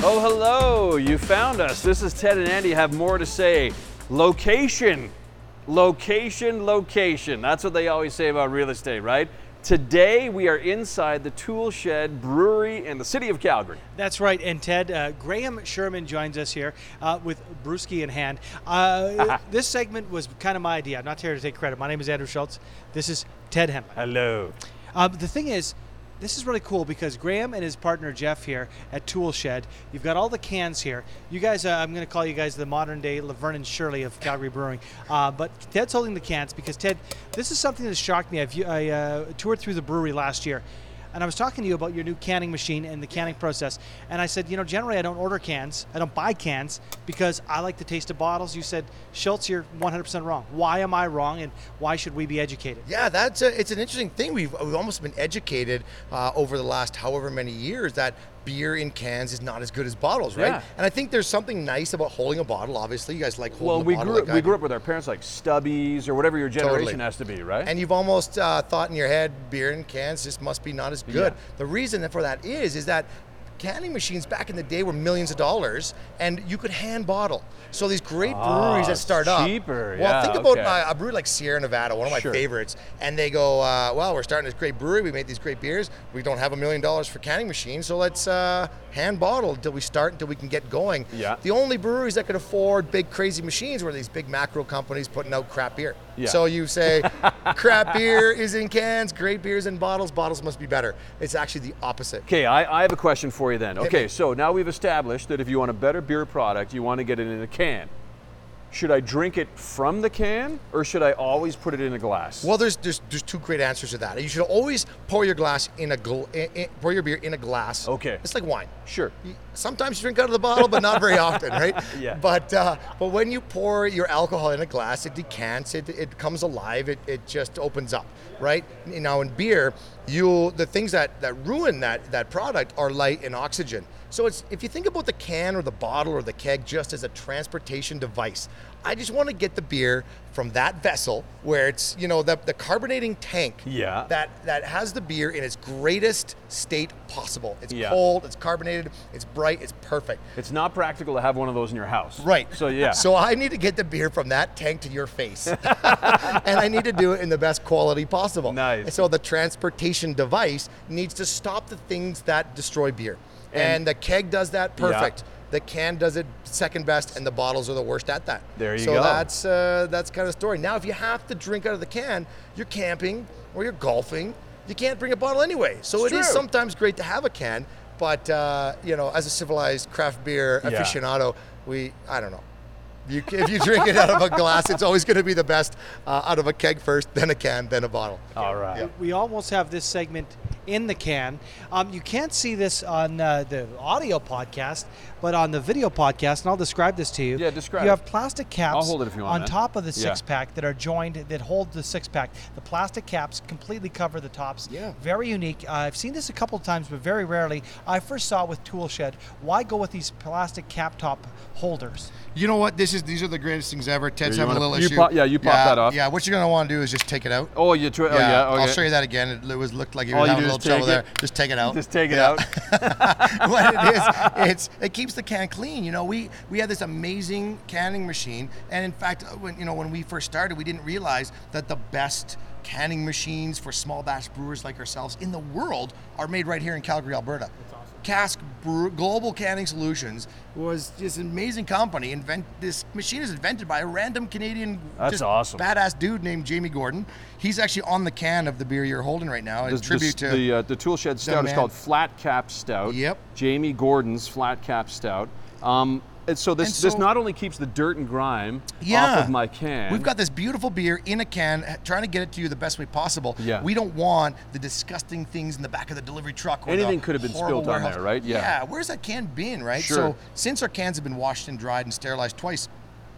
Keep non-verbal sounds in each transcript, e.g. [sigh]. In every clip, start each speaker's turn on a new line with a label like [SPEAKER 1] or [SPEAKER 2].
[SPEAKER 1] Oh, hello. You found us. This is Ted and Andy have more to say. Location, location, location. That's what they always say about real estate, right? Today, we are inside the Tool Shed Brewery in the city of Calgary.
[SPEAKER 2] That's right. And Ted, uh, Graham Sherman joins us here uh, with brewski in hand. Uh, this segment was kind of my idea. I'm not here to take credit. My name is Andrew Schultz. This is Ted Henley.
[SPEAKER 1] Hello.
[SPEAKER 2] Um, the thing is, this is really cool because Graham and his partner Jeff here at Tool Shed, you've got all the cans here. You guys, uh, I'm going to call you guys the modern day Laverne and Shirley of Calgary Brewing. Uh, but Ted's holding the cans because Ted, this is something that shocked me. I've, I uh, toured through the brewery last year. And I was talking to you about your new canning machine and the canning process. And I said, you know, generally I don't order cans, I don't buy cans because I like the taste of bottles. You said, Schultz, you're 100% wrong. Why am I wrong and why should we be educated?
[SPEAKER 3] Yeah, that's a, it's an interesting thing. We've, we've almost been educated uh, over the last however many years that beer in cans is not as good as bottles, right?
[SPEAKER 1] Yeah.
[SPEAKER 3] And I think there's something nice about holding a bottle. Obviously, you guys like holding
[SPEAKER 1] Well,
[SPEAKER 3] a
[SPEAKER 1] we
[SPEAKER 3] bottle.
[SPEAKER 1] grew,
[SPEAKER 3] like I
[SPEAKER 1] we
[SPEAKER 3] do.
[SPEAKER 1] grew up with our parents like Stubbies or whatever your generation
[SPEAKER 3] Totally.
[SPEAKER 1] has to be, right?
[SPEAKER 3] And you've almost uh, thought in your head, beer in cans just must be not as good.
[SPEAKER 1] Yeah.
[SPEAKER 3] The reason for that is, is that canning machines back in the day were millions of dollars, and you could hand bottle. So these great
[SPEAKER 1] Ah,
[SPEAKER 3] breweries that
[SPEAKER 1] it's
[SPEAKER 3] start up.
[SPEAKER 1] cheaper.
[SPEAKER 3] Well,
[SPEAKER 1] Yeah,
[SPEAKER 3] think about
[SPEAKER 1] okay.
[SPEAKER 3] uh, a brewery like Sierra Nevada, one of my
[SPEAKER 1] Sure.
[SPEAKER 3] favorites, and they go, uh, "Well, we're starting this great brewery. We made these great beers. We don't have a million dollars for canning machines, so let's uh, hand bottle until we start, until we can get going."
[SPEAKER 1] Yeah.
[SPEAKER 3] The only breweries that could afford big crazy machines were these big macro companies putting out crap beer.
[SPEAKER 1] Yeah.
[SPEAKER 3] So you say, crap beer is in cans, great beer is in bottles, bottles must be better. It's actually the opposite.
[SPEAKER 1] Okay, I, I have a question for you then. Okay,
[SPEAKER 3] me.
[SPEAKER 1] so now we've established that if you want a better beer product, you want to get it in a can. Should I drink it from the can or should I always put it in a glass?
[SPEAKER 3] Well, there's, there's there's two great answers to that. You should always pour your glass in a gl- in, in- pour your beer in a glass.
[SPEAKER 1] Okay.
[SPEAKER 3] It's like wine.
[SPEAKER 1] Sure.
[SPEAKER 3] You- Sometimes you drink out of the bottle, but not very often, right?
[SPEAKER 1] [laughs] Yeah.
[SPEAKER 3] But uh, but when you pour your alcohol in a glass, it decants, it, it comes alive, it, it just opens up, right? Now in beer, you the things that, that ruin that that product are light and oxygen. So it's if you think about the can or the bottle or the keg just as a transportation device, I just want to get the beer from that vessel where it's you know the, the carbonating tank
[SPEAKER 1] Yeah.
[SPEAKER 3] that that has the beer in its greatest state possible. It's
[SPEAKER 1] Yeah.
[SPEAKER 3] cold, it's carbonated, it's bright, it's perfect.
[SPEAKER 1] It's not practical to have one of those in your house.
[SPEAKER 3] Right.
[SPEAKER 1] So yeah.
[SPEAKER 3] So I need to get the beer from that tank to
[SPEAKER 1] [laughs]
[SPEAKER 3] your face, and I need to do it in the best quality possible.
[SPEAKER 1] Nice.
[SPEAKER 3] And so the transportation device needs to stop the things that destroy beer, and, the keg does that perfect. The can does it second best, and the bottles are the worst at that.
[SPEAKER 1] There you
[SPEAKER 3] so
[SPEAKER 1] go.
[SPEAKER 3] So that's uh, that's kind of the story. Now, if you have to drink out of the can, you're camping or you're golfing. You can't bring a bottle anyway. So
[SPEAKER 1] It's
[SPEAKER 3] it is
[SPEAKER 1] true.
[SPEAKER 3] sometimes great to have a can, but uh, you know, as a civilized craft beer
[SPEAKER 1] Yeah.
[SPEAKER 3] aficionado, we I don't know. You, if you drink it out of a glass, it's always going to be the best uh, out of a keg first, then a can, then a bottle.
[SPEAKER 1] All right.
[SPEAKER 3] Yeah.
[SPEAKER 2] we almost have this segment in the can. Um, you can't see this on uh, the audio podcast, but on the video podcast, and I'll describe this to you.
[SPEAKER 1] Yeah, describe it.
[SPEAKER 2] You have plastic caps
[SPEAKER 1] I'll hold it if you want,
[SPEAKER 2] on
[SPEAKER 1] man.
[SPEAKER 2] top of the
[SPEAKER 1] Yeah.
[SPEAKER 2] six pack that are joined that hold the six pack. The plastic caps completely cover the tops.
[SPEAKER 3] Yeah.
[SPEAKER 2] Very unique. Uh, I've seen this a couple of times, but very rarely. I first saw it with Tool Shed. Why go with these plastic cap top holders?
[SPEAKER 3] You know what? This is these are the greatest things ever. Ted's
[SPEAKER 1] you
[SPEAKER 3] having
[SPEAKER 1] wanna-
[SPEAKER 3] a little
[SPEAKER 1] you
[SPEAKER 3] issue.
[SPEAKER 1] pop- yeah, you pop that off.
[SPEAKER 3] Yeah, what you're going to want to do is just take it out.
[SPEAKER 1] Oh, you. Twi- oh yeah. Okay.
[SPEAKER 3] I'll show you that again. It lo- was looked like you
[SPEAKER 1] All
[SPEAKER 3] were
[SPEAKER 1] you
[SPEAKER 3] having a
[SPEAKER 1] do
[SPEAKER 3] little
[SPEAKER 1] is
[SPEAKER 3] trouble
[SPEAKER 1] take
[SPEAKER 3] there.
[SPEAKER 1] it-
[SPEAKER 3] Just take it out.
[SPEAKER 1] Just take it
[SPEAKER 3] Yeah. [laughs]
[SPEAKER 1] out.
[SPEAKER 3] what it is, it's it keeps the can clean. You know, we we had this amazing canning machine, and in fact, uh, when you know when we first started, we didn't realize that the best canning machines for small batch brewers like ourselves in the world are made right here in Calgary, Alberta. Cask Brew, Global Canning Solutions was this amazing company. Invent this machine is invented by a random Canadian
[SPEAKER 1] That's
[SPEAKER 3] just
[SPEAKER 1] awesome.
[SPEAKER 3] badass dude named Jamie Gordon. He's actually on the can of the beer you're holding right now.
[SPEAKER 1] The,
[SPEAKER 3] in tribute
[SPEAKER 1] the,
[SPEAKER 3] to
[SPEAKER 1] the, uh, the Tool Shed Stout is
[SPEAKER 3] man.
[SPEAKER 1] called Flat Cap Stout.
[SPEAKER 3] Yep.
[SPEAKER 1] Jamie Gordon's Flat Cap Stout. Um, and so this
[SPEAKER 3] And
[SPEAKER 1] this
[SPEAKER 3] so-
[SPEAKER 1] not only keeps the dirt and grime off of my can.
[SPEAKER 3] We've got this beautiful beer in a can, uh, trying to get it to you the best way possible.
[SPEAKER 1] Yeah.
[SPEAKER 3] We don't want the disgusting things in the back of the delivery truck. Or
[SPEAKER 1] Anything
[SPEAKER 3] the
[SPEAKER 1] could have been
[SPEAKER 3] horrible
[SPEAKER 1] spilled on
[SPEAKER 3] warehouse.
[SPEAKER 1] there, right? Yeah.
[SPEAKER 3] Yeah. Where's that can been, right?
[SPEAKER 1] Sure.
[SPEAKER 3] So since our cans have been washed and dried and sterilized twice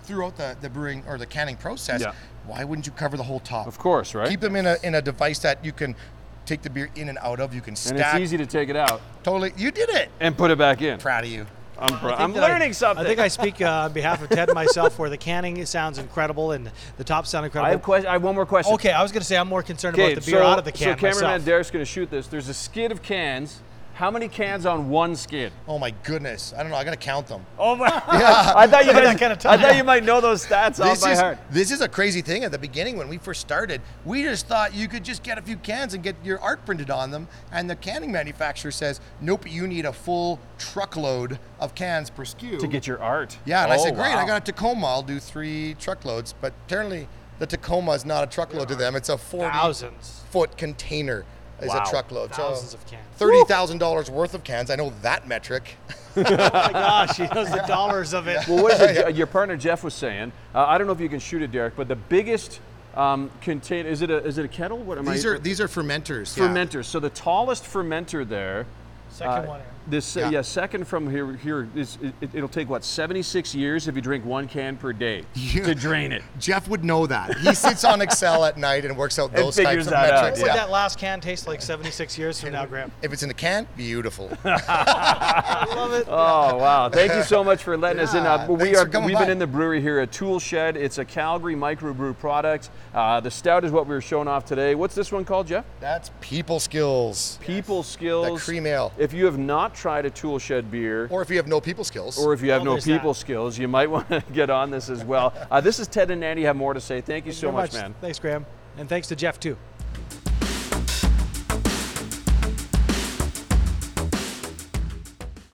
[SPEAKER 3] throughout the, the brewing or the canning process,
[SPEAKER 1] Yeah.
[SPEAKER 3] why wouldn't you cover the whole top?
[SPEAKER 1] of course, right?
[SPEAKER 3] Keep them in a in a device that you can take the beer in and out of. You can
[SPEAKER 1] and
[SPEAKER 3] stack.
[SPEAKER 1] it's easy to take it out
[SPEAKER 3] Totally. You did it.
[SPEAKER 1] and put it back in.
[SPEAKER 3] Proud of you.
[SPEAKER 1] I'm, pr- I'm
[SPEAKER 2] that I-
[SPEAKER 1] learning something.
[SPEAKER 2] I think I speak uh, on behalf of Ted and myself, where the canning sounds incredible and the tops sound incredible.
[SPEAKER 1] I have question. I have one more question.
[SPEAKER 2] Okay, I was going to say I'm more concerned
[SPEAKER 1] Okay,
[SPEAKER 2] about the beer out of the can
[SPEAKER 1] so cameraman
[SPEAKER 2] myself.
[SPEAKER 1] Derek's going to shoot this. There's a skid of cans. How many cans on one skid?
[SPEAKER 3] Oh my goodness. I don't know. I got to count them.
[SPEAKER 1] Oh my! I thought you
[SPEAKER 2] That
[SPEAKER 1] guys,
[SPEAKER 2] kinda
[SPEAKER 1] I
[SPEAKER 2] tough.
[SPEAKER 1] thought you might know those stats off
[SPEAKER 3] This
[SPEAKER 1] by
[SPEAKER 3] is,
[SPEAKER 1] heart.
[SPEAKER 3] this is a crazy thing. At the beginning, when we first started, we just thought you could just get a few cans and get your art printed on them. And the canning manufacturer says, nope, you need a full truckload of cans per SKU.
[SPEAKER 1] To get your art.
[SPEAKER 3] yeah, and I
[SPEAKER 1] Oh,
[SPEAKER 3] said, great,
[SPEAKER 1] wow.
[SPEAKER 3] I got a Tacoma. I'll do three truckloads. But apparently, the Tacoma is not a truckload to them. It's a 40
[SPEAKER 2] Thousands.
[SPEAKER 3] foot container is
[SPEAKER 1] Wow.
[SPEAKER 3] a truckload.
[SPEAKER 2] Thousands
[SPEAKER 3] so
[SPEAKER 2] of cans. [laughs]
[SPEAKER 3] $30,000 worth of cans. I know that metric.
[SPEAKER 2] Oh my gosh, he knows [laughs] the dollars of it.
[SPEAKER 1] Well,
[SPEAKER 3] [laughs]
[SPEAKER 1] what is it, uh, your partner Jeff was saying? Uh, I don't know if you can shoot it, Derek, but the biggest um, contain is it a is it a kettle? What am
[SPEAKER 3] These
[SPEAKER 1] I?
[SPEAKER 3] are these are fermenters. yeah.
[SPEAKER 1] fermenters. So the tallest fermenter there.
[SPEAKER 2] Second
[SPEAKER 1] uh,
[SPEAKER 2] one. Aaron.
[SPEAKER 1] This yeah.
[SPEAKER 3] Yeah.
[SPEAKER 1] second from here here is it, it'll take what 76 years if you drink one can per
[SPEAKER 3] [laughs]
[SPEAKER 1] day
[SPEAKER 3] Yeah.
[SPEAKER 1] to drain it.
[SPEAKER 3] Jeff would know that. He sits on Excel at night and works out those
[SPEAKER 1] figures
[SPEAKER 3] types of
[SPEAKER 1] that out,
[SPEAKER 3] metrics.
[SPEAKER 2] What would
[SPEAKER 3] yeah.
[SPEAKER 2] that last can taste like 76 years from now, Graham?
[SPEAKER 3] If it's in the can,
[SPEAKER 1] [laughs]
[SPEAKER 3] beautiful.
[SPEAKER 2] I love it.
[SPEAKER 1] Oh wow! Thank you so
[SPEAKER 3] [laughs]
[SPEAKER 1] much for letting us in. Uh,
[SPEAKER 3] Yeah,
[SPEAKER 1] we
[SPEAKER 3] thanks
[SPEAKER 1] are
[SPEAKER 3] for coming
[SPEAKER 1] we've been
[SPEAKER 3] by.
[SPEAKER 1] in the brewery here at Tool Shed. It's a Calgary microbrew product. Uh, the stout is what we were showing off today. What's this one called, Jeff?
[SPEAKER 3] That's people skills.
[SPEAKER 1] People skills.
[SPEAKER 3] cream ale.
[SPEAKER 1] If you have not tried a Tool Shed beer,
[SPEAKER 3] Or if you have no people skills.
[SPEAKER 1] or if you have
[SPEAKER 2] Oh,
[SPEAKER 1] no
[SPEAKER 2] there's that.
[SPEAKER 1] people skills, you might [laughs] want to get on this as well. Uh, this is Ted and Andy have more to say. Thank you so
[SPEAKER 2] Very
[SPEAKER 1] much, man.
[SPEAKER 2] Thanks, Graham. And thanks to Jeff, too.